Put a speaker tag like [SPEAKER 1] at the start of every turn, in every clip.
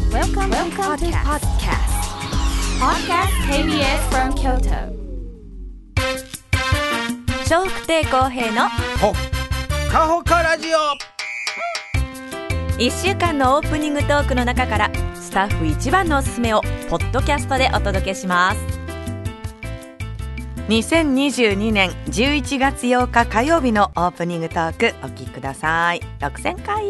[SPEAKER 1] Welcome, to
[SPEAKER 2] Welcome to
[SPEAKER 1] podcast.
[SPEAKER 2] Podcast KBS from Kyoto.
[SPEAKER 1] 笑福亭公平の
[SPEAKER 3] ほっかほかラジオ
[SPEAKER 1] 1週間のオープニングトークの中からスタッフ一番のおすすめをポッドキャストでお届けします
[SPEAKER 4] 2022年11月8日火曜日のオープニングトークお聞きください6000回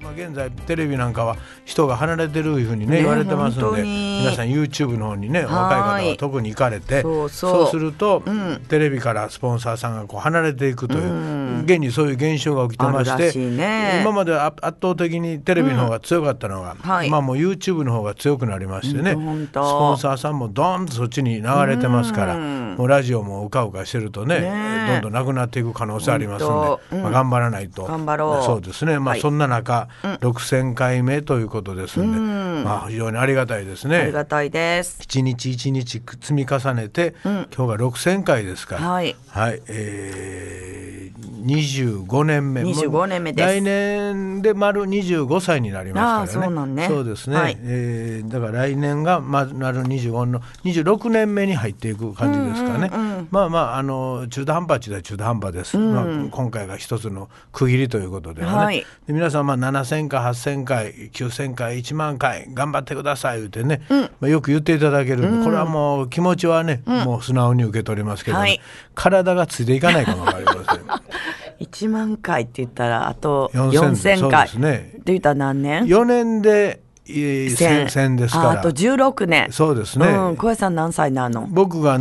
[SPEAKER 3] 今現在テレビなんかは人が離れてるいうふうに
[SPEAKER 4] ね
[SPEAKER 3] ね言われてますの
[SPEAKER 4] 本
[SPEAKER 3] で
[SPEAKER 4] 当に
[SPEAKER 3] 皆さん YouTube の方にね
[SPEAKER 4] はい
[SPEAKER 3] 若い方は特に行かれて
[SPEAKER 4] そうそう
[SPEAKER 3] すると、
[SPEAKER 4] うん
[SPEAKER 3] テレビからスポンサーさんがこう離れていくという、
[SPEAKER 4] うん
[SPEAKER 3] 現にそういう現象が起きてまし
[SPEAKER 4] ある
[SPEAKER 3] て
[SPEAKER 4] らしいね
[SPEAKER 3] 今までは圧倒的にテレビの方が強かったのが、
[SPEAKER 4] はい
[SPEAKER 3] まあもう YouTube の方が強くなりましてね、
[SPEAKER 4] 本
[SPEAKER 3] ス
[SPEAKER 4] 当
[SPEAKER 3] ポンサーさんもドーンとそっちに流れてますから、
[SPEAKER 4] うん
[SPEAKER 3] もうラジオもうかうかしてるとね
[SPEAKER 4] ねえ
[SPEAKER 3] どんどんなくなっていく可能性あります
[SPEAKER 4] 本
[SPEAKER 3] の
[SPEAKER 4] 当
[SPEAKER 3] で、
[SPEAKER 4] うん
[SPEAKER 3] まあ、頑張らないと
[SPEAKER 4] 頑張ろう
[SPEAKER 3] そうですねまあ
[SPEAKER 4] はい
[SPEAKER 3] そんな中、6000回目ということですんで、まあ非常にありがたいです
[SPEAKER 4] あ
[SPEAKER 3] ね
[SPEAKER 4] りがたいです
[SPEAKER 3] 一日一日積み重ねて、今日が6000回ですから
[SPEAKER 4] はい
[SPEAKER 3] はい、えー、25年目
[SPEAKER 4] 25年目です
[SPEAKER 3] もう来年で丸25歳になりますか
[SPEAKER 4] ああそ
[SPEAKER 3] らね
[SPEAKER 4] うなんね
[SPEAKER 3] そうですね、
[SPEAKER 4] はい
[SPEAKER 3] えーだから来年がま丸25の26年目に入っていく感じですからね、まあまああの中途半端っちゅうたら中途半端です、まあ、今回が一つの区切りということで,、ね
[SPEAKER 4] はい
[SPEAKER 3] で皆さんまあ7,000回8,000回9,000回1万回頑張ってください言ってね、まあ、よく言っていただけるんで、これはもう気持ちはね、もう素直に受け取りますけど、ね
[SPEAKER 4] はい
[SPEAKER 3] 体がついていかないかもわかりません。
[SPEAKER 4] 1万回って言ったらあと
[SPEAKER 3] 4000
[SPEAKER 4] 4000回
[SPEAKER 3] そうですね
[SPEAKER 4] って言ったら何年
[SPEAKER 3] 4年で1000です
[SPEAKER 4] あ
[SPEAKER 3] か
[SPEAKER 4] あと
[SPEAKER 3] ら
[SPEAKER 4] 16年
[SPEAKER 3] そうですね
[SPEAKER 4] うん、小林さん何歳なの
[SPEAKER 3] 僕が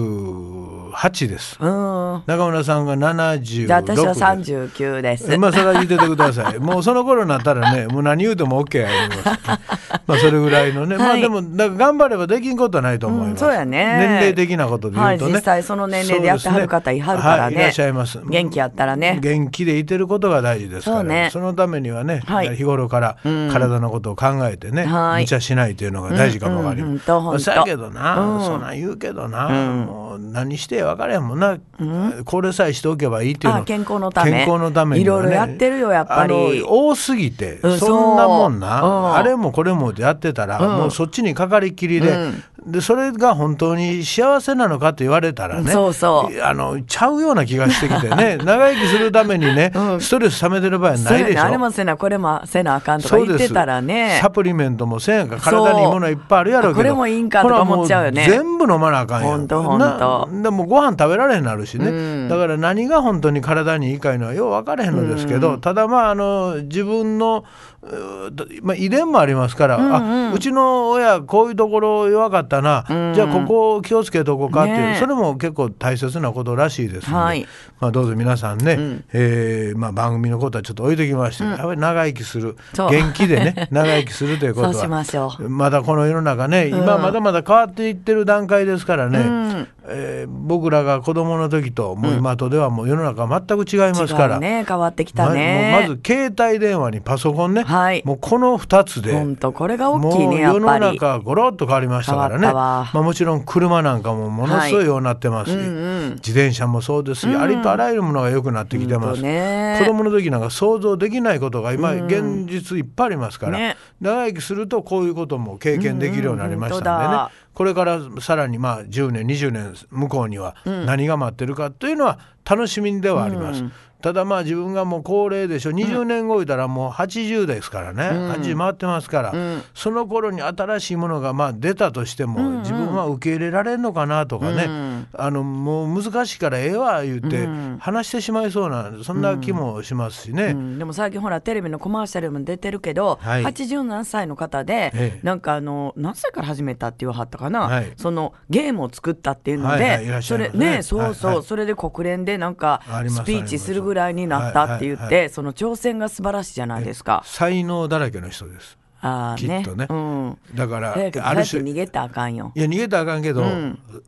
[SPEAKER 3] 78です
[SPEAKER 4] うん
[SPEAKER 3] 中村さんが76
[SPEAKER 4] じゃあ私は
[SPEAKER 3] です
[SPEAKER 4] 39です、
[SPEAKER 3] 今更言っててくださいもうその頃になったらねもう何言うても OK や思いますまあそれぐらいのね、まあ
[SPEAKER 4] はい
[SPEAKER 3] でもだから頑張ればできんことはないと思います、
[SPEAKER 4] うんそうやね
[SPEAKER 3] 年齢的なことで言うとね、
[SPEAKER 4] はい実際その年齢でやってはる方いはるからね
[SPEAKER 3] そうですはい、いらっしゃいます
[SPEAKER 4] 元気やったらね
[SPEAKER 3] 元気でいてることが大事ですから
[SPEAKER 4] そうね
[SPEAKER 3] のためにはね、
[SPEAKER 4] はい
[SPEAKER 3] 日頃から体のことを考えてね、
[SPEAKER 4] はい
[SPEAKER 3] 無茶しないというのが大事かもわかり
[SPEAKER 4] うんうんうんほ
[SPEAKER 3] ま
[SPEAKER 4] んとほんと
[SPEAKER 3] せやけどな、
[SPEAKER 4] うん
[SPEAKER 3] そんなん言うけどな、もう何して分からへんもんな、これさえしておけばいいっていうの
[SPEAKER 4] あ健康のため
[SPEAKER 3] 健康のためにはね
[SPEAKER 4] いろいろやってるよやっぱり
[SPEAKER 3] あの多すぎて、
[SPEAKER 4] うん
[SPEAKER 3] そんなもん
[SPEAKER 4] そうう
[SPEAKER 3] な、
[SPEAKER 4] ん
[SPEAKER 3] あれもこれもやってたら、もうそっちにかかりっきりで、でそれが本当に幸せなのかと言われたらね、
[SPEAKER 4] そうそう
[SPEAKER 3] あのちゃうような気がしてきて ね長生きするためにね、ストレス溜めてる場合は
[SPEAKER 4] そ
[SPEAKER 3] な
[SPEAKER 4] う
[SPEAKER 3] い
[SPEAKER 4] や
[SPEAKER 3] でし
[SPEAKER 4] ね
[SPEAKER 3] ょ
[SPEAKER 4] あれもせなこれもせなあかんとか言ってたらね
[SPEAKER 3] サプリメントもせんやんか
[SPEAKER 4] そう
[SPEAKER 3] 体にいいものはいっぱいあるやろうけど
[SPEAKER 4] これもいいんかとか思っちゃうよね
[SPEAKER 3] これはもう全部飲まなあかんや
[SPEAKER 4] ほ
[SPEAKER 3] ん
[SPEAKER 4] んとほんと
[SPEAKER 3] なでもご飯食べられへんなるしね、だから何が本当に体にいいかいうのはよう分からへんのですけど、ただまああの自分のうーまあ、遺伝もありますから、うあうちの親こういうところ弱かったな、じゃあここを気をつけとこうかっていう、
[SPEAKER 4] ねえ
[SPEAKER 3] それも結構大切なことらしいですので、
[SPEAKER 4] はい
[SPEAKER 3] まあ、どうぞ皆さんね、えーまあ、番組のことはちょっと置いときまして、やっぱり長生きする
[SPEAKER 4] そう
[SPEAKER 3] 元気で ね長生きするということは
[SPEAKER 4] そうしましょう
[SPEAKER 3] だこの世の中ね、今まだまだ変わっていってる段階ですからね、えー僕らが子供の時ともう今とではもう世の中全く違いますから。
[SPEAKER 4] 違うね変わってきたね
[SPEAKER 3] まもうまず携帯電話にパソコンね、
[SPEAKER 4] はい
[SPEAKER 3] もうこの2つで
[SPEAKER 4] 本当これが大きいねや
[SPEAKER 3] も
[SPEAKER 4] っ
[SPEAKER 3] う世の
[SPEAKER 4] ぱり
[SPEAKER 3] 中はゴロッと変わりましたから
[SPEAKER 4] 変
[SPEAKER 3] ね
[SPEAKER 4] わったわ
[SPEAKER 3] まあ、もちろん車なんかもものすごいようになってますし、自転車もそうですし、ありとあらゆるものが良くなってきて
[SPEAKER 4] 本
[SPEAKER 3] ま
[SPEAKER 4] 当
[SPEAKER 3] す、
[SPEAKER 4] ね
[SPEAKER 3] 子供の時なんか想像できないことが今現実いっぱいありますから、
[SPEAKER 4] ね
[SPEAKER 3] 長生きするとこういうことも経験できるようになりましたんでね、
[SPEAKER 4] うんうん本当だ
[SPEAKER 3] これからさらにまあ10年20年向こうには何が待ってるかというのは楽しみではあります。ただまあ自分がもう高齢でしょ20年後いたらもう80ですからね、80回ってますから、その頃に新しいものがまあ出たとしても、自分は受け入れられるのかなとかね、あのもう難しいからええわ言って話してしまいそうなそんな気もしますしね。
[SPEAKER 4] うんでも最近ほらテレビのコマーシャルにも出てるけど、
[SPEAKER 3] はい
[SPEAKER 4] 80何歳の方で、
[SPEAKER 3] ええ
[SPEAKER 4] なんかあの何歳から始めたって言わはったかな、
[SPEAKER 3] はい
[SPEAKER 4] そのゲームを作ったっていうので、
[SPEAKER 3] はいはいいらっし
[SPEAKER 4] そ
[SPEAKER 3] ゃいま
[SPEAKER 4] れ
[SPEAKER 3] すね
[SPEAKER 4] ねそうそう、
[SPEAKER 3] はいはい
[SPEAKER 4] それで国連でなんか
[SPEAKER 3] あります
[SPEAKER 4] スピーチするぐらいになったって言って、
[SPEAKER 3] はいはい
[SPEAKER 4] その挑戦が素晴らしいじゃないですか。
[SPEAKER 3] 才能だらけの人です。
[SPEAKER 4] あー
[SPEAKER 3] きっとね
[SPEAKER 4] うん
[SPEAKER 3] だから
[SPEAKER 4] だけど
[SPEAKER 3] あ
[SPEAKER 4] だ
[SPEAKER 3] る
[SPEAKER 4] って
[SPEAKER 3] 種
[SPEAKER 4] 逃げたらあかんよ。
[SPEAKER 3] いや逃げたらあかんけど、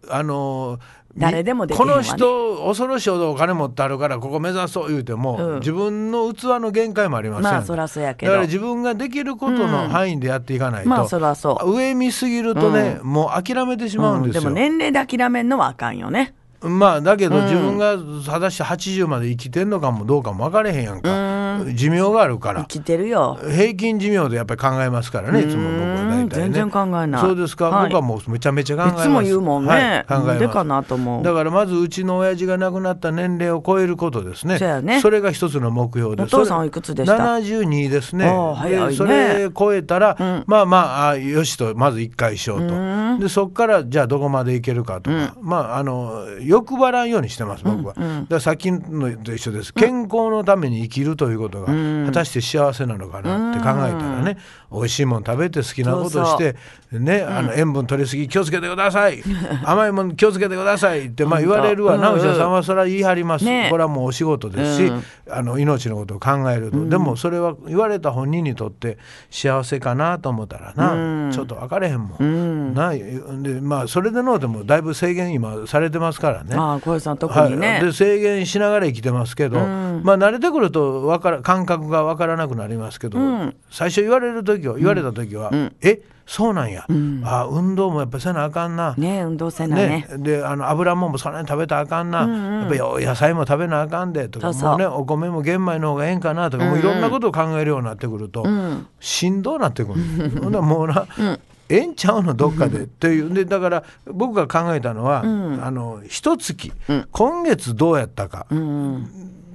[SPEAKER 3] あのみ
[SPEAKER 4] 誰でもできへん
[SPEAKER 3] こ
[SPEAKER 4] わね
[SPEAKER 3] の人恐ろしいほどお金持ってあるからここ目指そう言うても、
[SPEAKER 4] ん
[SPEAKER 3] 自分の器の限界もあります
[SPEAKER 4] まあそらそうやけど
[SPEAKER 3] だから自分ができることの範囲でやっていかないと、
[SPEAKER 4] まあそらそう
[SPEAKER 3] 上見すぎるとね、もう諦めてしまうん
[SPEAKER 4] うん
[SPEAKER 3] です
[SPEAKER 4] でも
[SPEAKER 3] よ、
[SPEAKER 4] 年齢で諦めんのはあかんよね。
[SPEAKER 3] まあだけど自分が果たして80まで生きてんのかもどうかも分かれへんやんか、寿命があるから
[SPEAKER 4] 生きてるよ。
[SPEAKER 3] 平均寿命でやっぱり考えますからねいつも僕は
[SPEAKER 4] う
[SPEAKER 3] 大
[SPEAKER 4] ん
[SPEAKER 3] 体ね
[SPEAKER 4] 全然考えない
[SPEAKER 3] そうですか、
[SPEAKER 4] はい
[SPEAKER 3] 僕はもうめちゃめちゃ考えます
[SPEAKER 4] いつも言うもんね。
[SPEAKER 3] はい、考
[SPEAKER 4] な
[SPEAKER 3] え
[SPEAKER 4] んで
[SPEAKER 3] ます
[SPEAKER 4] かなと思
[SPEAKER 3] だ
[SPEAKER 4] う。
[SPEAKER 3] からまずうちの親父が亡くなった年齢を超えることですね
[SPEAKER 4] そうやね
[SPEAKER 3] れが一つの目標で
[SPEAKER 4] お
[SPEAKER 3] す
[SPEAKER 4] 父さんはいくつでした
[SPEAKER 3] 72ですね
[SPEAKER 4] ああ早いね
[SPEAKER 3] でそれ超えたら、
[SPEAKER 4] うん
[SPEAKER 3] まあまああよしとまず一回しようと、
[SPEAKER 4] うん
[SPEAKER 3] でそこからじゃあどこまでいけるかとか、まああの欲張らんようにしてます僕は、
[SPEAKER 4] うんうん
[SPEAKER 3] だからさっきのと一緒です健康のために生きるということが、
[SPEAKER 4] うん
[SPEAKER 3] 果たして幸せなのかなって考えたらね、美味しいもん食べて好きなことしてね、あの塩分取りすぎ気をつけてください甘いもん気をつけてくださいってまあ言われるわな、
[SPEAKER 4] うん
[SPEAKER 3] お医者さんはそれは言い張ります、
[SPEAKER 4] ね
[SPEAKER 3] これはもうお仕事ですし、
[SPEAKER 4] うん
[SPEAKER 3] あの命のことを考えると、でもそれは言われた本人にとって幸せかなと思ったらな、ちょっと分かれへんもん、ないでまあそれでのでもだいぶ制限今されてますからね。
[SPEAKER 4] ああ、小林さん特
[SPEAKER 3] はい
[SPEAKER 4] にね。
[SPEAKER 3] で制限しながら生きてますけど、まあ慣れてくるとわから感覚がわからなくなりますけど、最初言われる時は言われた時は、えそうなんや、あ運動もやっぱせなあかんな、
[SPEAKER 4] ね運動せな
[SPEAKER 3] ね
[SPEAKER 4] ね。、
[SPEAKER 3] であの油もんもそんなに食べたらあかんな、やっぱり野菜も食べなあかんでとか
[SPEAKER 4] そうそう
[SPEAKER 3] もうね、お米も玄米の方がええんかなとか、もういろんなことを考えるようになってくると、しんどうなってくる ほんならもうな、ええんちゃうのどっか でっていうでだから僕が考えたのは、あの一月、今月どうやったか、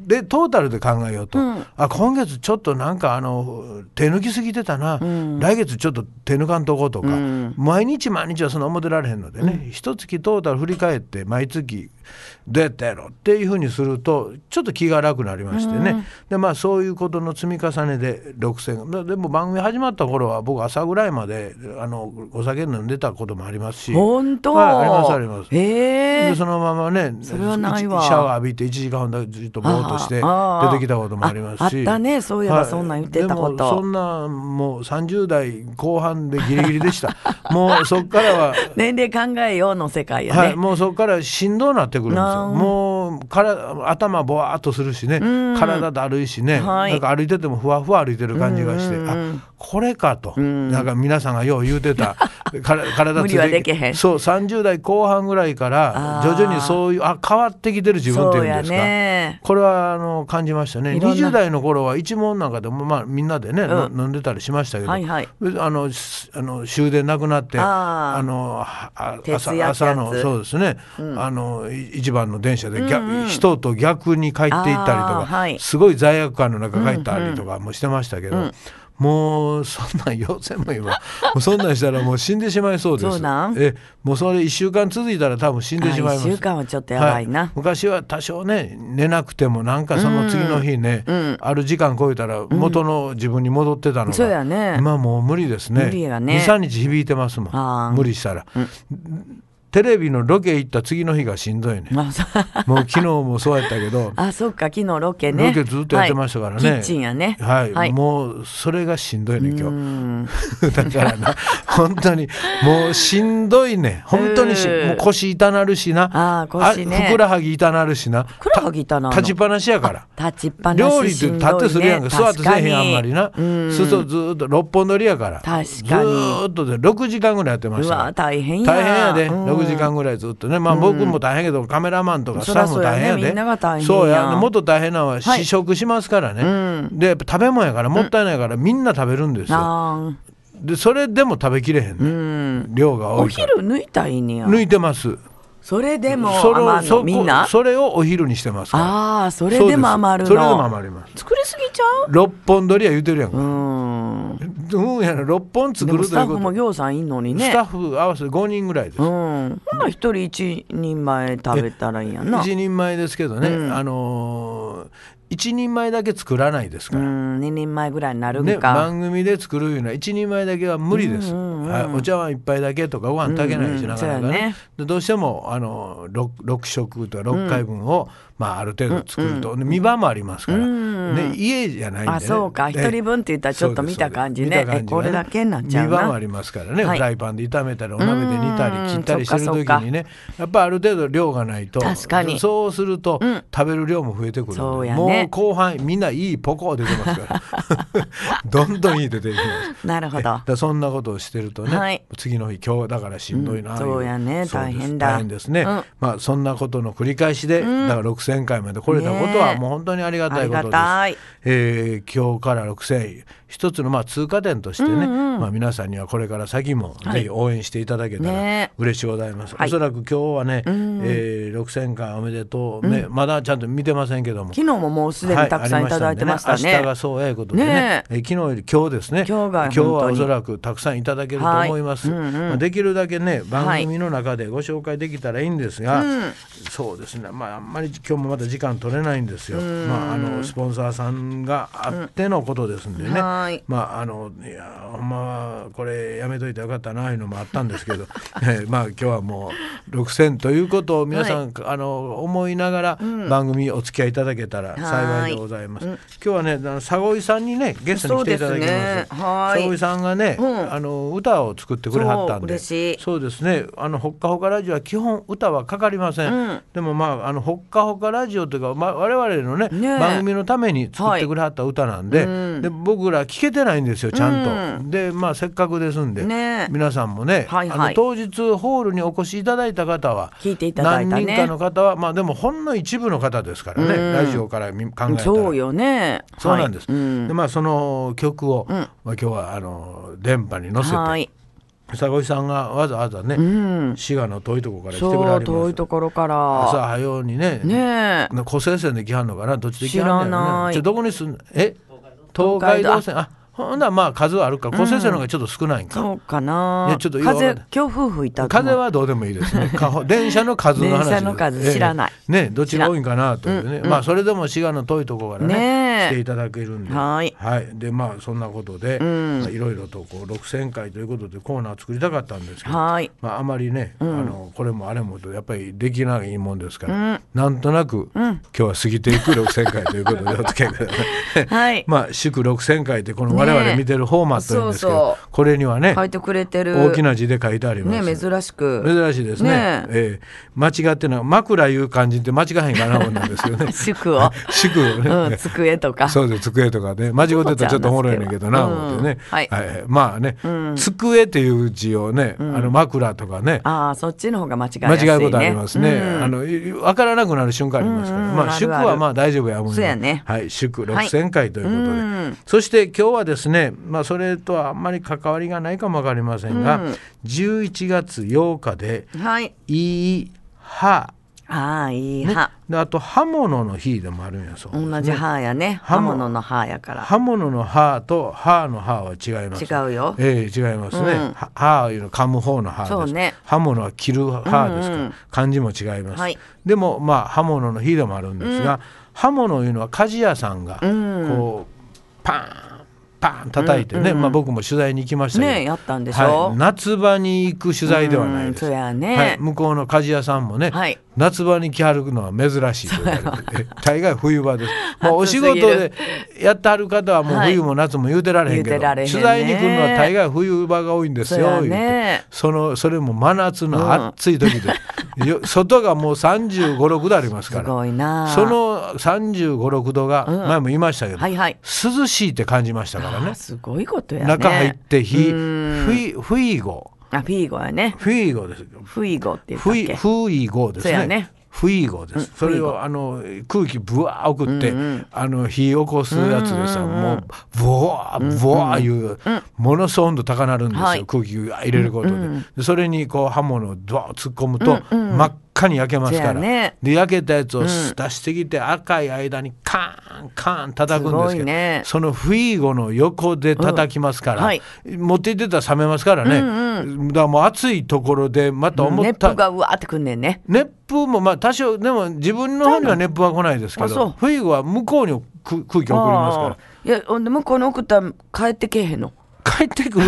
[SPEAKER 3] でトータルで考えようと、あ今月ちょっとなんかあの手抜きすぎてたな、来月ちょっと手抜かんとこうとか、毎日毎日はそんな思ってられへんのでね、一月トータル振り返って毎月どうやったやろっていうふうにするとちょっと気が楽になりましてね、でまあそういうことの積み重ねで6,000だでも番組始まった頃は僕朝ぐらいまであのお酒飲んでたこともありますし。
[SPEAKER 4] 本当。
[SPEAKER 3] はいありますあります
[SPEAKER 4] ええ
[SPEAKER 3] で。そのままね
[SPEAKER 4] それはないわ
[SPEAKER 3] シャワー浴びて1時間ほどずっとぼーっとして
[SPEAKER 4] ああああ
[SPEAKER 3] 出てきたこともありますし
[SPEAKER 4] ああったねそういえばそんなん言ってたこと
[SPEAKER 3] でもそんなもう30代後半でギリギリでしたもうそっからは、
[SPEAKER 4] 年齢考えようの世界やね。
[SPEAKER 3] はい、もうそっからしんどうなってくるんです
[SPEAKER 4] なあ
[SPEAKER 3] よもうから頭ぼわーっとするしね体だるいしね、
[SPEAKER 4] はい
[SPEAKER 3] なんか歩いててもふわふわ歩いてる感じがして、あこれかと、なんか皆さんがよう言う てたから体
[SPEAKER 4] 無理はできへん
[SPEAKER 3] そう30代後半ぐらいから
[SPEAKER 4] あー
[SPEAKER 3] 徐々にそういうあ変わってきてる自分っていうんです
[SPEAKER 4] そうや
[SPEAKER 3] か。
[SPEAKER 4] ね
[SPEAKER 3] これはあの感じましたね
[SPEAKER 4] いろんな
[SPEAKER 3] 20代の頃は一問なんかでも、まあ、みんなでね、の
[SPEAKER 4] うん
[SPEAKER 3] 飲んでたりしましたけど、
[SPEAKER 4] はいはい
[SPEAKER 3] あのすあの終電なくなって
[SPEAKER 4] あー
[SPEAKER 3] あのはあ
[SPEAKER 4] 徹夜ってや
[SPEAKER 3] 朝
[SPEAKER 4] つ
[SPEAKER 3] 朝のそうですね、あのい一番の電車で逆、人と逆に帰っていったりと
[SPEAKER 4] あー
[SPEAKER 3] か、
[SPEAKER 4] はい
[SPEAKER 3] すごい罪悪感の中帰ったりとかもしてましたけど。もうそんなん要せん もん今もうそんなんしたらもう死んでしまいそうです
[SPEAKER 4] そうなん
[SPEAKER 3] えもうそれ1週間続いたら多分死んでしまいま
[SPEAKER 4] あ
[SPEAKER 3] す
[SPEAKER 4] 一週間はちょっとやばいな
[SPEAKER 3] は昔は多少ね寝なくてもなんかその次の日ね、ある時間超えたら元の自分に戻ってたのが、
[SPEAKER 4] そうやね
[SPEAKER 3] 今もう無理ですね
[SPEAKER 4] 無理やね
[SPEAKER 3] 23日響いてますも
[SPEAKER 4] あー
[SPEAKER 3] ん無理したら、テレビのロケ行った次の日がしんどいね
[SPEAKER 4] あそう
[SPEAKER 3] もう昨日もそうやったけど
[SPEAKER 4] あそっか昨日ロケね
[SPEAKER 3] ロケずっとやってましたからね、
[SPEAKER 4] はいキッチンやね
[SPEAKER 3] はい、
[SPEAKER 4] はい
[SPEAKER 3] もうそれがしんどいね今日 だからな本当にもうしんどいね本当にし
[SPEAKER 4] うん
[SPEAKER 3] もう腰痛なるしな
[SPEAKER 4] あー腰ね
[SPEAKER 3] あふくらはぎ痛なるしな
[SPEAKER 4] ふくらはぎ痛なるの
[SPEAKER 3] 立ちっぱなしやから
[SPEAKER 4] 立ちっぱなし
[SPEAKER 3] 料理って
[SPEAKER 4] しんどいね
[SPEAKER 3] 立ってするやんか座ってせえへ
[SPEAKER 4] 確
[SPEAKER 3] ん
[SPEAKER 4] か
[SPEAKER 3] あ
[SPEAKER 4] に
[SPEAKER 3] んまりな
[SPEAKER 4] うん
[SPEAKER 3] するとずーっと六本取りやから
[SPEAKER 4] 確かに
[SPEAKER 3] ずーっとで6時間ぐらいやってま
[SPEAKER 4] う
[SPEAKER 3] した
[SPEAKER 4] わ大変や
[SPEAKER 3] 大変やで、
[SPEAKER 4] うん
[SPEAKER 3] 6時間ぐらいずっとねまあ僕も大変やけどカメラマンとかスタッフも大変や
[SPEAKER 4] そらそうやね
[SPEAKER 3] で
[SPEAKER 4] みんなが大変や
[SPEAKER 3] そうやもっと大変なのは試食しますからね、でやっぱ食べ物やからもったいないからみんな食べるんですよ、
[SPEAKER 4] あ
[SPEAKER 3] でそれでも食べきれへん
[SPEAKER 4] ーう
[SPEAKER 3] ね、
[SPEAKER 4] ん
[SPEAKER 3] 量が
[SPEAKER 4] お
[SPEAKER 3] 多いから
[SPEAKER 4] 昼抜いたらいいねや
[SPEAKER 3] 抜いてます
[SPEAKER 4] それでも
[SPEAKER 3] それを
[SPEAKER 4] 余ん
[SPEAKER 3] そ
[SPEAKER 4] の
[SPEAKER 3] こ
[SPEAKER 4] みんな
[SPEAKER 3] それをお昼にしてますから
[SPEAKER 4] ああそ
[SPEAKER 3] そ
[SPEAKER 4] れでも余るの
[SPEAKER 3] うですそれでも余ります
[SPEAKER 4] 作りすぎちゃう
[SPEAKER 3] 六本取りや言うてるやんか、
[SPEAKER 4] うん
[SPEAKER 3] うん、やろ六本
[SPEAKER 4] で
[SPEAKER 3] 作
[SPEAKER 4] も
[SPEAKER 3] る
[SPEAKER 4] ス
[SPEAKER 3] とい
[SPEAKER 4] タ
[SPEAKER 3] う
[SPEAKER 4] ッ
[SPEAKER 3] こ
[SPEAKER 4] フ
[SPEAKER 3] と
[SPEAKER 4] もぎょうさんいんのに
[SPEAKER 3] ス
[SPEAKER 4] ね
[SPEAKER 3] タッフ合わせて5人ぐらいです、
[SPEAKER 4] うんほな一人一人前食べたらいいんやな
[SPEAKER 3] 一人前ですけどね、あのー一人前だけ作らないです
[SPEAKER 4] う
[SPEAKER 3] から、
[SPEAKER 4] ん二人前ぐらいになるん
[SPEAKER 3] ね、
[SPEAKER 4] か
[SPEAKER 3] 番組で作るいうのは一人前だけは無理です、はい、お茶碗一杯だけとかご飯炊けないし、
[SPEAKER 4] うんうん
[SPEAKER 3] なかな
[SPEAKER 4] そ
[SPEAKER 3] か
[SPEAKER 4] う
[SPEAKER 3] ね
[SPEAKER 4] やね
[SPEAKER 3] でどうしてもあの 6, 六食とか6回分を、まあ、ある程度作ると、で見場もありますから、ね、家じゃないんで、ね、
[SPEAKER 4] あそうか
[SPEAKER 3] で
[SPEAKER 4] 一人分って言ったらちょっと見た感じね
[SPEAKER 3] そうですそうです見た感じが
[SPEAKER 4] えこれだけになっちゃうな
[SPEAKER 3] 見場もありますからね、
[SPEAKER 4] はい
[SPEAKER 3] フライパンで炒めたりお鍋で煮た
[SPEAKER 4] うん
[SPEAKER 3] り切ったりしてる
[SPEAKER 4] そっ
[SPEAKER 3] 時
[SPEAKER 4] かそっか
[SPEAKER 3] にねやっぱある程度量がないと
[SPEAKER 4] 確かに
[SPEAKER 3] そうすると、食べる量も増えてくるんで
[SPEAKER 4] そうやね
[SPEAKER 3] もう後半みんないいポコ出てますか ら どんどんいい出てきます。
[SPEAKER 4] なるほ
[SPEAKER 3] え
[SPEAKER 4] ど
[SPEAKER 3] だからそんなことをしてるとね、
[SPEAKER 4] はい
[SPEAKER 3] 次の日今日だからしんどいな、
[SPEAKER 4] うんそうやね
[SPEAKER 3] そうで
[SPEAKER 4] 大
[SPEAKER 3] す
[SPEAKER 4] 変だ
[SPEAKER 3] 大変ですね、
[SPEAKER 4] うん
[SPEAKER 3] まあそんなことの繰り返しで、だから6000回まで来れたこと
[SPEAKER 4] ね
[SPEAKER 3] は
[SPEAKER 4] え
[SPEAKER 3] もう本当にありがた
[SPEAKER 4] あ
[SPEAKER 3] い
[SPEAKER 4] り
[SPEAKER 3] こ
[SPEAKER 4] が
[SPEAKER 3] とです
[SPEAKER 4] はい
[SPEAKER 3] えー今日から6000円一つのまあ通過点としてね、まあ、皆さんにはこれから先もぜひ応援していただけたら
[SPEAKER 4] ね
[SPEAKER 3] 嬉しいございます、
[SPEAKER 4] はい
[SPEAKER 3] おそらく今日はね、えー6000回おめでとう、ねまだちゃんと見てませんけども
[SPEAKER 4] 昨日ももうすで
[SPEAKER 3] は
[SPEAKER 4] にたくさんいただいてましたね。
[SPEAKER 3] ありましたんで明日がそうやいうことでね
[SPEAKER 4] ね
[SPEAKER 3] えー昨日より今日ですね
[SPEAKER 4] 今日が本当に
[SPEAKER 3] はおそらくたくさんいただけると思います、
[SPEAKER 4] はいうんうん
[SPEAKER 3] まあできるだけね番組の中でご紹介できたらいいんですが、そうですねまああんまり今日もまだ時間取れないんですよ、まあ、あのスポンサーさんがあってのことですんでね、
[SPEAKER 4] うんはい
[SPEAKER 3] まああのいやほんまはこれやめといてよかったなあいうのもあったんですけ ど、えーまあ今日はもう6000ということを皆さん、あの思いながら番組お付き合いいただけたら幸いでございます。今日はねあの佐合さんにねゲストに来ていただき
[SPEAKER 4] そ
[SPEAKER 3] ま
[SPEAKER 4] うです
[SPEAKER 3] す。
[SPEAKER 4] ねはい
[SPEAKER 3] 佐合さんがね、
[SPEAKER 4] うん
[SPEAKER 3] あの歌を作ってくれはったん
[SPEAKER 4] そう
[SPEAKER 3] で、
[SPEAKER 4] 嬉しい
[SPEAKER 3] そうですね。あのほっかほかラジオは基本歌はかかりません。
[SPEAKER 4] うん
[SPEAKER 3] でもまああのほっかほかラジオというか、まあ、我々のね
[SPEAKER 4] ねえ
[SPEAKER 3] 番組のために作ってくれはった歌なんで、
[SPEAKER 4] うん
[SPEAKER 3] で僕ら聞けてないんですよちゃんと。
[SPEAKER 4] う
[SPEAKER 3] でまあせっかくですんで、
[SPEAKER 4] ねえ
[SPEAKER 3] 皆さんもね、
[SPEAKER 4] はいはい
[SPEAKER 3] あの当日ホールにお越しいただいた方は
[SPEAKER 4] 聞いていただいたね
[SPEAKER 3] 何人かの方はまあでもほんの一部の方ですからね、
[SPEAKER 4] うん
[SPEAKER 3] ラジオから見考えたら。
[SPEAKER 4] そうよね。
[SPEAKER 3] そうなんです、
[SPEAKER 4] はいうん
[SPEAKER 3] でまあその曲を、
[SPEAKER 4] ん
[SPEAKER 3] まあ、今日はあの電波に乗せて
[SPEAKER 4] はい。
[SPEAKER 3] 佐越さんがわざわざね、
[SPEAKER 4] うん。
[SPEAKER 3] 滋賀の遠いところから来てくれ
[SPEAKER 4] そ
[SPEAKER 3] は
[SPEAKER 4] う
[SPEAKER 3] り
[SPEAKER 4] 遠
[SPEAKER 3] ま
[SPEAKER 4] い
[SPEAKER 3] す
[SPEAKER 4] ところか
[SPEAKER 3] 朝
[SPEAKER 4] ら。
[SPEAKER 3] 早うにね
[SPEAKER 4] ねえ。
[SPEAKER 3] な湖西線で来はんのかなどっちで来はんねやろね
[SPEAKER 4] 知らない
[SPEAKER 3] ちょどこに住んえ東海道線あほんならまあ数はあるか湖西線の方がちょっと少ないんか、。
[SPEAKER 4] そうかない
[SPEAKER 3] やちょっとよくわかんな
[SPEAKER 4] 風
[SPEAKER 3] い
[SPEAKER 4] 強風吹いた。
[SPEAKER 3] 風。はどうでもいいで すね。かほ電車の数の話です。
[SPEAKER 4] 電車の数知らない
[SPEAKER 3] ええね、どっちが多いんかなというね。まあそれでも滋賀の遠いところからね
[SPEAKER 4] ねえ
[SPEAKER 3] 来ていただけるんで。
[SPEAKER 4] はい
[SPEAKER 3] でまあそんなことで、
[SPEAKER 4] ん
[SPEAKER 3] まあいろいろとこう6000回ということでコーナー作りたかったんですけど。
[SPEAKER 4] はい。
[SPEAKER 3] まあ、あまりね、あのこれもあれもとやっぱりできないもんですから、なんとなく、今日は過ぎていく6000回ということでお付き合いください。
[SPEAKER 4] はい
[SPEAKER 3] まあ祝6000回ってこの我々見てるフォーマットなんですけど、
[SPEAKER 4] ねえそうそ
[SPEAKER 3] これにはね
[SPEAKER 4] 書いてくれてる。
[SPEAKER 3] 大きな字で書いてあります。
[SPEAKER 4] ね珍しく。
[SPEAKER 3] 珍しいですね。
[SPEAKER 4] ね。
[SPEAKER 3] ええ間違ってない枕いう感じって間違えへんかなもんなんですよね
[SPEAKER 4] 宿 を。
[SPEAKER 3] 宿をね。
[SPEAKER 4] うん机とか。
[SPEAKER 3] そうです机とかね間違ってたらちょっとおもろいねんけどな
[SPEAKER 4] うん
[SPEAKER 3] 思ってね、
[SPEAKER 4] はい
[SPEAKER 3] まあね、机っていう字をね、あの枕とかね
[SPEAKER 4] ああそっちの方が間違いや
[SPEAKER 3] 間
[SPEAKER 4] すいね。
[SPEAKER 3] 違うことありますね、
[SPEAKER 4] うん
[SPEAKER 3] あのい分からなくなる瞬間ありますから、
[SPEAKER 4] うんうん
[SPEAKER 3] ま
[SPEAKER 4] ある
[SPEAKER 3] あ
[SPEAKER 4] ある
[SPEAKER 3] 祝はまあ大丈夫やもん
[SPEAKER 4] そうやね
[SPEAKER 3] はい祝6000回ということで、
[SPEAKER 4] うん
[SPEAKER 3] そして今日はですねまあそれとはあんまり関わりがないかもわかりませんが、11月8日で
[SPEAKER 4] はい。
[SPEAKER 3] いい歯
[SPEAKER 4] ああいい歯。
[SPEAKER 3] であと刃物の日でもあるんやそうです
[SPEAKER 4] 同じ歯やね。
[SPEAKER 3] 歯
[SPEAKER 4] 刃
[SPEAKER 3] も
[SPEAKER 4] 物の歯やから。
[SPEAKER 3] 刃物の歯と歯の歯は違います
[SPEAKER 4] 違うよ
[SPEAKER 3] ええ違いますね、
[SPEAKER 4] うん
[SPEAKER 3] は歯いうのは噛む方の歯です
[SPEAKER 4] そうね
[SPEAKER 3] 刃物は切る歯ですから、
[SPEAKER 4] うんうん
[SPEAKER 3] 漢字も違います、
[SPEAKER 4] はい
[SPEAKER 3] でもまあ刃物の日でもあるんですが、刃物いうのは鍛冶屋さんが
[SPEAKER 4] ん
[SPEAKER 3] こうパーンパーン叩いてね、まあ僕も取材に行きましたけど、
[SPEAKER 4] ねやったんでしょ
[SPEAKER 3] はい、夏場に行く取材ではないです
[SPEAKER 4] うんそやね
[SPEAKER 3] はい、向こうの鍛冶屋さんもね、
[SPEAKER 4] はい
[SPEAKER 3] 夏場に来はるのは珍しいと言われてて大概冬場です まあお
[SPEAKER 4] 暑す
[SPEAKER 3] 仕
[SPEAKER 4] ぎる
[SPEAKER 3] 事でやってはる方はもう
[SPEAKER 4] はい
[SPEAKER 3] 冬も夏も言うてられへんけど、
[SPEAKER 4] 言うてられへんね
[SPEAKER 3] 取材に来るのは大概冬場が多いんですよ
[SPEAKER 4] そうやね
[SPEAKER 3] 言うてそのそれも真夏の暑い時で、よ外がもう3 5 6度ありますか
[SPEAKER 4] す
[SPEAKER 3] ら
[SPEAKER 4] ごいな。
[SPEAKER 3] その3 5 6度が前も言いましたけど、
[SPEAKER 4] はいはい。
[SPEAKER 3] 涼しいって感じましたから
[SPEAKER 4] あ
[SPEAKER 3] ね
[SPEAKER 4] ーすごいことやね。
[SPEAKER 3] 中入ってひ、
[SPEAKER 4] うん
[SPEAKER 3] フィフィーゴ
[SPEAKER 4] あフィーゴやね。
[SPEAKER 3] フィーゴですよ
[SPEAKER 4] フィーゴって言った
[SPEAKER 3] フ
[SPEAKER 4] っ
[SPEAKER 3] ィ
[SPEAKER 4] け。
[SPEAKER 3] フイゴで
[SPEAKER 4] そ
[SPEAKER 3] す
[SPEAKER 4] う
[SPEAKER 3] ね。
[SPEAKER 4] やね
[SPEAKER 3] フイゴです。それをあの空気ぶわー送って、あの火起こすやつでさ、もうぶわーぶわーいうものすごい温度高なるんですよ。
[SPEAKER 4] はい
[SPEAKER 3] 空気入れることで,、でそれにこう刃物をドワーッ突っ込むと、真っ赤に焼けますから。
[SPEAKER 4] そうやね
[SPEAKER 3] で焼けたやつを出してきて、赤い間にカーンカーン叩くんです
[SPEAKER 4] す
[SPEAKER 3] け
[SPEAKER 4] ご
[SPEAKER 3] ど
[SPEAKER 4] いね
[SPEAKER 3] そのフィーゴの横で叩きますから、
[SPEAKER 4] うんはい
[SPEAKER 3] 持って行ってたら冷めますからね、だからもう暑いところでまた思っ
[SPEAKER 4] 熱
[SPEAKER 3] た、
[SPEAKER 4] 風がうわーってくんねんね。
[SPEAKER 3] 熱風もまあ多少でも自分の方には熱風は来ないですけ
[SPEAKER 4] あそ
[SPEAKER 3] ど
[SPEAKER 4] う
[SPEAKER 3] 冬は向こうにく空気を送りますから
[SPEAKER 4] ら。いやほんで向こうの送ったら帰ってけえへんの。
[SPEAKER 3] 帰ってくる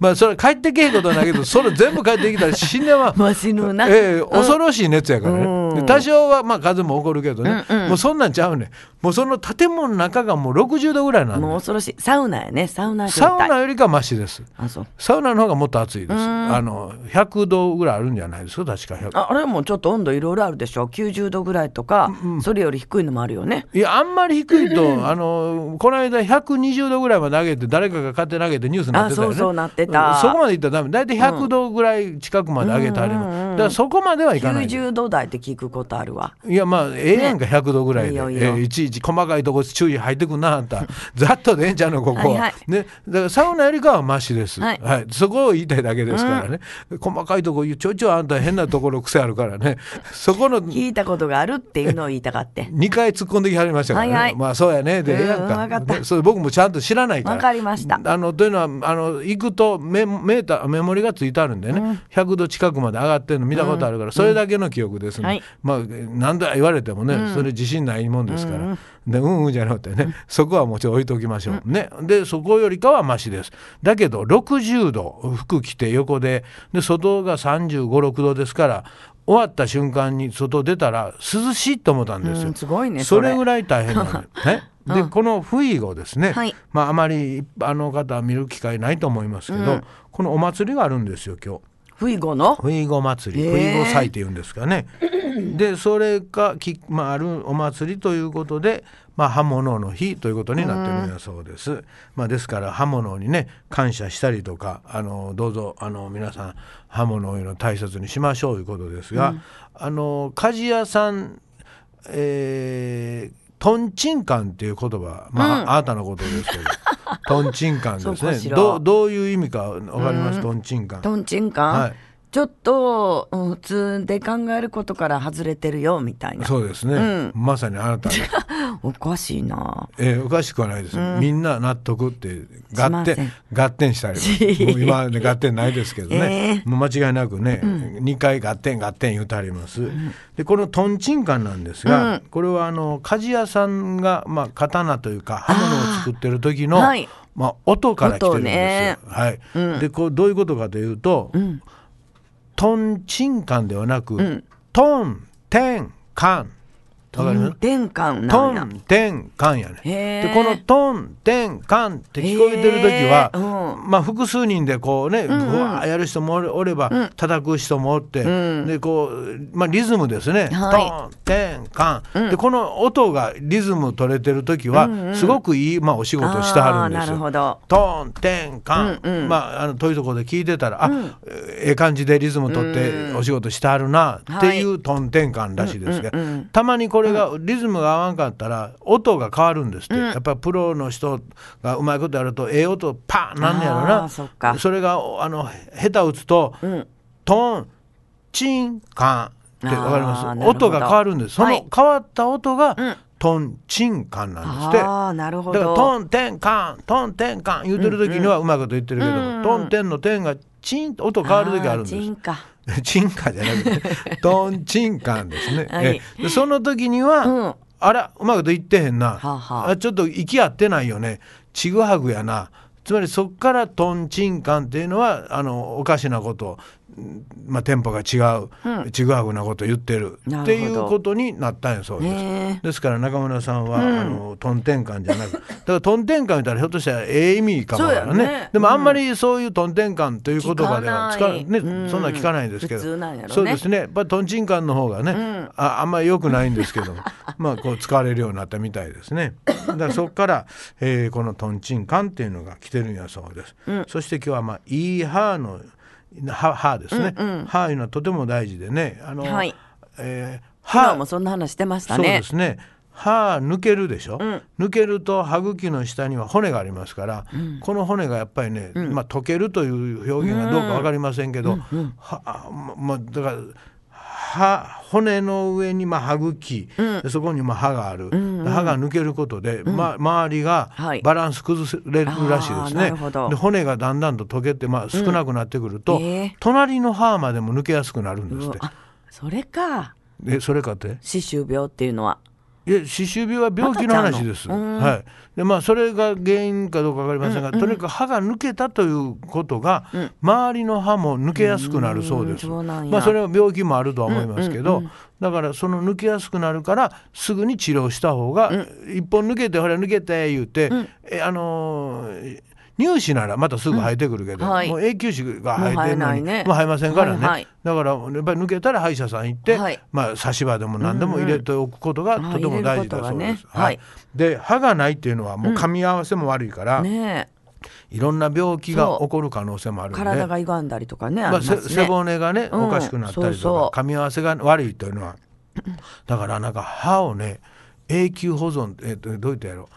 [SPEAKER 3] まあそれ帰ってけえことはないけどそれ全部帰ってきたら死んで ま
[SPEAKER 4] まあ死ぬな。
[SPEAKER 3] ええ恐ろしい熱やからね、
[SPEAKER 4] うん
[SPEAKER 3] で多少はまあ風も起こるけどね、もうそんなんちゃうねんもうその建物の中がもう60度ぐらいなん
[SPEAKER 4] もう
[SPEAKER 3] で
[SPEAKER 4] 恐ろしい。サウナやね。サウナ状
[SPEAKER 3] サ
[SPEAKER 4] 態。
[SPEAKER 3] ウナよりかマシです
[SPEAKER 4] あそう。
[SPEAKER 3] サウナの方がもっと暑いですあの100度ぐらいあるんじゃないですか確か100
[SPEAKER 4] ああれもちょっと温度いろいろあるでしょ。90度ぐらいとか、それより低いのもあるよね。
[SPEAKER 3] いやあんまり低いと、あのこの間120度ぐらいまで上げて誰かが勝手に投げてニニュースになってたよね
[SPEAKER 4] あそうそうなってた
[SPEAKER 3] うんそこまでいったらダメ大体100度ぐらい近くまで上げてあります、
[SPEAKER 4] うんうんうん
[SPEAKER 3] だからそこまではいかない
[SPEAKER 4] 90度台って聞くことあるわ。
[SPEAKER 3] いやまあええやんか100度ぐらいで
[SPEAKER 4] いいよいい
[SPEAKER 3] え
[SPEAKER 4] よ
[SPEAKER 3] ーいちいち細かいとこ注意入ってくんなあんたざっとでええんちゃうのここは、
[SPEAKER 4] はいはい
[SPEAKER 3] ね、だからサウナよりかはマシです、
[SPEAKER 4] は
[SPEAKER 3] はいいそこを言いたいだけですからね、細かいとこちょいちょいあんた変なところ癖あるからねそこの
[SPEAKER 4] 聞いたことがあるっていうのを言いたかって。
[SPEAKER 3] 2回突っ込んできはりましたからね、
[SPEAKER 4] はいはい
[SPEAKER 3] まあそうやねで
[SPEAKER 4] うん
[SPEAKER 3] ええやん
[SPEAKER 4] わ
[SPEAKER 3] か
[SPEAKER 4] かった
[SPEAKER 3] でそれ僕もちゃんと知らないから
[SPEAKER 4] わかりました
[SPEAKER 3] あのというのはあの行くとメメーターメモリがついてあるんでね、100度近くまで上がってるの見たことあるから、それだけの記憶ですね、
[SPEAKER 4] はい
[SPEAKER 3] まあ何度言われてもね、それ自信ないもんですから、でうんうんじゃなくてね、そこはもうちょっと置いときましょう、ねでそこよりかはマシですだけど60度服着て横でで外が3 5 6度ですから終わった瞬間に外出たら涼しいと思ったんですよ、
[SPEAKER 4] うんすごいね
[SPEAKER 3] そ
[SPEAKER 4] それ
[SPEAKER 3] れぐらい大変なのよ ねで、この不意をですね、
[SPEAKER 4] はい
[SPEAKER 3] まあ、あまりあの方は見る機会ないと思いますけど、このお祭りがあるんですよ今日。
[SPEAKER 4] 不意後の
[SPEAKER 3] ふいご祭り、
[SPEAKER 4] へ
[SPEAKER 3] ふ
[SPEAKER 4] ー
[SPEAKER 3] いご祭って言うんですかね。で、それがき、まあ、あるお祭りということで、まあ、刃物の日ということになってるんだそうです。まあ、ですから、刃物にね、感謝したりとか、あの、どうぞ、あの、皆さん。刃物を大切にしましょうということですが、あの、鍛冶屋さん。えートンチンカンっていう言葉、まあ、あなたのことですけど。トンチンカンです
[SPEAKER 4] そうかし
[SPEAKER 3] ね。
[SPEAKER 4] ら
[SPEAKER 3] どう、どういう意味か、わかります。トンチンカン。
[SPEAKER 4] トンチンカン、
[SPEAKER 3] はい
[SPEAKER 4] ちょっと、うん普通で考えることから外れてるよみたいな。
[SPEAKER 3] そうですね、まさにあ なた、
[SPEAKER 4] おかしいな。
[SPEAKER 3] えーおかしくはないですよ、みんな納得って
[SPEAKER 4] すいま
[SPEAKER 3] 合
[SPEAKER 4] せ
[SPEAKER 3] 点
[SPEAKER 4] ん
[SPEAKER 3] 合点した り
[SPEAKER 4] し
[SPEAKER 3] もう今まで合点ないですけどね、
[SPEAKER 4] え
[SPEAKER 3] もう間違いなくね、二2回合点合点言うてあります、でこのトンチンカンなんですが、これはあの鍛冶屋さんが、まあ、刀というか刃物を作ってる時の
[SPEAKER 4] あーはい
[SPEAKER 3] まあ、音から来てるんですよ、
[SPEAKER 4] 音
[SPEAKER 3] はいでこうどういうことかというと、トンチンカンではなく、トンテンカンわかります
[SPEAKER 4] トンカンな
[SPEAKER 3] ト
[SPEAKER 4] んや。
[SPEAKER 3] ンテンカンや
[SPEAKER 4] へー
[SPEAKER 3] ねでこのトンテンカンって聞こえてる時は、
[SPEAKER 4] へー
[SPEAKER 3] まあ複数人でこうねぐわーやる人もおれおれば、叩く人もおって、でこう、まあ、リズムですね、
[SPEAKER 4] は
[SPEAKER 3] トンテンカン、でこの音がリズム取れてる時は、すごくいい、まあ、お仕事してはるんですよ。
[SPEAKER 4] あーなるほど
[SPEAKER 3] トンテンカン、まああの遠いところで聞いてたら、あええ感じでリズム取ってお仕事してはるなっていうトンテンカンらしいですが、たまにこれがリズムが合わんかったら音が変わるんですって、やっぱりプロの人がうまいことやるとええ音パーンなんねやろ
[SPEAKER 4] あー
[SPEAKER 3] な
[SPEAKER 4] そっか
[SPEAKER 3] それがおあの下手打つと、トンチンカンってわ
[SPEAKER 4] あ
[SPEAKER 3] かり
[SPEAKER 4] ーなる
[SPEAKER 3] ます
[SPEAKER 4] ほど
[SPEAKER 3] 音が変わるんですそ
[SPEAKER 4] はい
[SPEAKER 3] の変わった音が、トンチンカンなんですって。
[SPEAKER 4] ああ、なるほ
[SPEAKER 3] だから
[SPEAKER 4] ど。
[SPEAKER 3] トンテンカントンテンカン言うてる時にはうまいこと言ってるけども、トンテンのテンがチンと音変わる時あるんです
[SPEAKER 4] ーチンカン。
[SPEAKER 3] チンカンじゃなくて トンチンカンですね、
[SPEAKER 4] はい
[SPEAKER 3] えでその時には、
[SPEAKER 4] うん
[SPEAKER 3] あらうまいこと言ってへんな、
[SPEAKER 4] あはあ
[SPEAKER 3] あちょっと息合ってないよねちぐはぐやなつまりそっからトンチンカンっていうのはあのおかしなこと、うんまあ、テンポが違う、ちぐはぐなこと言ってる
[SPEAKER 4] なるほど
[SPEAKER 3] っていうことになったんやそうです。
[SPEAKER 4] ね
[SPEAKER 3] ですから中村さんは、あのトンテンカンじゃなく だからトンテンカン言ったらひょっとしたらええ意味かもわから
[SPEAKER 4] そう
[SPEAKER 3] ね
[SPEAKER 4] やね
[SPEAKER 3] でもあんまりそういうトンテンカンという言葉で
[SPEAKER 4] 聞
[SPEAKER 3] は使
[SPEAKER 4] かな
[SPEAKER 3] う
[SPEAKER 4] い
[SPEAKER 3] ね、
[SPEAKER 4] うん
[SPEAKER 3] そんな聞かないですけど
[SPEAKER 4] 普通なんやろね
[SPEAKER 3] そうですねやっぱりトンチンカンの方がね、ああんまり良くないんですけども まあこう使われるようになったみたいで すねだからそこから、えーこのトンチンカンっていうのが来てるんやそうです、そして今日はまあイーハーのハハーですね、ハーいうのはとても大事でねあの、
[SPEAKER 4] はい
[SPEAKER 3] えー
[SPEAKER 4] 今
[SPEAKER 3] 歯
[SPEAKER 4] もそんな話してました
[SPEAKER 3] そう
[SPEAKER 4] ね
[SPEAKER 3] で。すね歯抜けるでしょ、抜けると歯茎の下には骨がありますから、この骨がやっぱりね、まあ、溶けるという表現がどうか分かりませんけど、はあままあだから歯骨の上にまあ歯茎、でそこにまあ歯がある、歯が抜けることで、ま、周りが
[SPEAKER 4] はい
[SPEAKER 3] バランス崩れるらしいです
[SPEAKER 4] あーな
[SPEAKER 3] ね、
[SPEAKER 4] るほど
[SPEAKER 3] で骨がだんだんと溶けて、まあ、少なくなってくると、
[SPEAKER 4] うんえー
[SPEAKER 3] 隣の歯までも抜けやすくなるんです
[SPEAKER 4] う
[SPEAKER 3] っ
[SPEAKER 4] わ
[SPEAKER 3] て。
[SPEAKER 4] あ、それか。
[SPEAKER 3] でそれかって
[SPEAKER 4] 歯周病っていうのは。
[SPEAKER 3] いや歯周病は病気の話です。
[SPEAKER 4] またちゃうのうん
[SPEAKER 3] はい。でまあそれが原因かどうかわかりませんが、とにかく歯が抜けたということが、周りの歯も抜けやすくなるそうです。
[SPEAKER 4] うんそうなんや
[SPEAKER 3] まあそれは病気もあるとは思いますけど、だからその抜けやすくなるからすぐに治療した方が、一本抜けてほら抜けて言うて、えあのー乳歯ならまたすぐ生えてくるけど、
[SPEAKER 4] うんはい
[SPEAKER 3] もう永久歯が生え
[SPEAKER 4] もう生え
[SPEAKER 3] てるのに
[SPEAKER 4] ないね
[SPEAKER 3] もう生えませんからね、
[SPEAKER 4] はいはい
[SPEAKER 3] だからやっぱり抜けたら歯医者さん行って、
[SPEAKER 4] はい
[SPEAKER 3] まあ差し歯でも何でも入れておくことが
[SPEAKER 4] あー
[SPEAKER 3] とても大事だ
[SPEAKER 4] 入れること
[SPEAKER 3] そうです。
[SPEAKER 4] がね
[SPEAKER 3] はい
[SPEAKER 4] はい
[SPEAKER 3] で歯がないっていうのはもう噛み合わせも悪いから、
[SPEAKER 4] ねえ。
[SPEAKER 3] いろんな病気が起こる可能性もあるよね
[SPEAKER 4] 体が歪んだりとかね。あ
[SPEAKER 3] まあ、
[SPEAKER 4] ります
[SPEAKER 3] せ
[SPEAKER 4] ね
[SPEAKER 3] 背骨がね
[SPEAKER 4] うん
[SPEAKER 3] おかしくなったりとか、
[SPEAKER 4] そうそう
[SPEAKER 3] 噛み合わせが悪いというのはだからなんか歯をね永久保存、えっとどう言ったやろ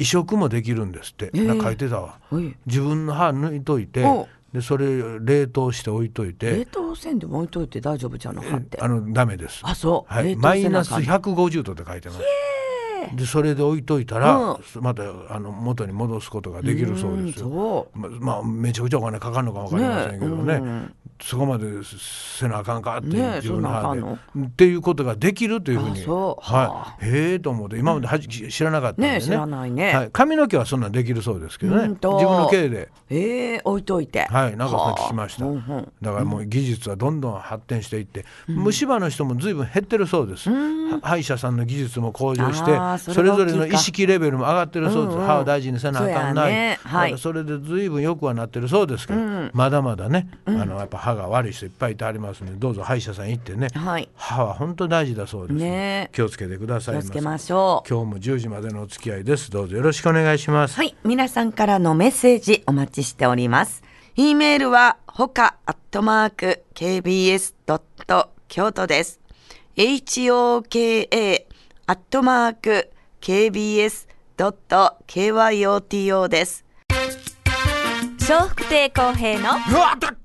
[SPEAKER 3] 移植もできるんですって、
[SPEAKER 4] え
[SPEAKER 3] なんか書いてたわ
[SPEAKER 4] おい
[SPEAKER 3] 自分の歯抜いといて
[SPEAKER 4] おう
[SPEAKER 3] でそれ冷凍して置いとい
[SPEAKER 4] 冷
[SPEAKER 3] て
[SPEAKER 4] 凍せんでも置いといて大丈夫じゃなかって
[SPEAKER 3] あ。のダメです
[SPEAKER 4] あ、そう。
[SPEAKER 3] は
[SPEAKER 4] 冷
[SPEAKER 3] い、
[SPEAKER 4] 凍
[SPEAKER 3] マ
[SPEAKER 4] せ
[SPEAKER 3] イ
[SPEAKER 4] な
[SPEAKER 3] ナ
[SPEAKER 4] あ
[SPEAKER 3] ス
[SPEAKER 4] かん
[SPEAKER 3] 150度って書いてますでそれで置いといたら、
[SPEAKER 4] う
[SPEAKER 3] またあの元に戻すことができるそうです
[SPEAKER 4] うん
[SPEAKER 3] よ
[SPEAKER 4] そ
[SPEAKER 3] ままあめちゃくちゃお金かかるのかわかりませんけどね
[SPEAKER 4] ねえうん
[SPEAKER 3] そこまでせなあかんかって、
[SPEAKER 4] ねえ
[SPEAKER 3] 自分の
[SPEAKER 4] そ
[SPEAKER 3] 歯
[SPEAKER 4] ん
[SPEAKER 3] で
[SPEAKER 4] なんあ
[SPEAKER 3] っていうことができるというふうに
[SPEAKER 4] あそうは
[SPEAKER 3] はい、へえと思って今まではじ、知らなかったんでね
[SPEAKER 4] ねえ知らないね
[SPEAKER 3] はい、髪の毛はそんなんできるそうですけどね
[SPEAKER 4] うん
[SPEAKER 3] 自
[SPEAKER 4] と
[SPEAKER 3] 分の毛で。
[SPEAKER 4] う。ええ、置いといて。
[SPEAKER 3] はい、なんかそれ聞きました、
[SPEAKER 4] はあうんうん
[SPEAKER 3] だからもう技術はどんどん発展していって、虫歯の人も随分減ってるそうです、は歯医者さんの技術も向上して
[SPEAKER 4] あー
[SPEAKER 3] そ
[SPEAKER 4] それ
[SPEAKER 3] れ
[SPEAKER 4] は大きい
[SPEAKER 3] ぞ
[SPEAKER 4] か
[SPEAKER 3] れの意識レベルも上がってるそうです、
[SPEAKER 4] うんうん
[SPEAKER 3] 歯を大事にせなあかん
[SPEAKER 4] そう
[SPEAKER 3] な
[SPEAKER 4] や
[SPEAKER 3] い、
[SPEAKER 4] ねはい
[SPEAKER 3] だからそれで随分よくはなってるそうですけど、まだまだねあのやっぱ歯が悪い人いっぱいいてありますのでどうぞ歯医者さん行ってね、
[SPEAKER 4] はい
[SPEAKER 3] 歯は本当大事だそうです、
[SPEAKER 4] ねえ
[SPEAKER 3] 気をつけてください
[SPEAKER 4] 気を
[SPEAKER 3] ま
[SPEAKER 4] つ
[SPEAKER 3] せ
[SPEAKER 4] けましょう。
[SPEAKER 3] 今日も10時までのお付き合いですどうぞよろしくお願いします
[SPEAKER 4] はい、皆さんからのメッセージお待ちしております。e メールは、ほか、アットマーク、kbs. 京都です。hoka、アットマーク、kbs.kyoto です。
[SPEAKER 1] 笑福亭公平の
[SPEAKER 3] うわだ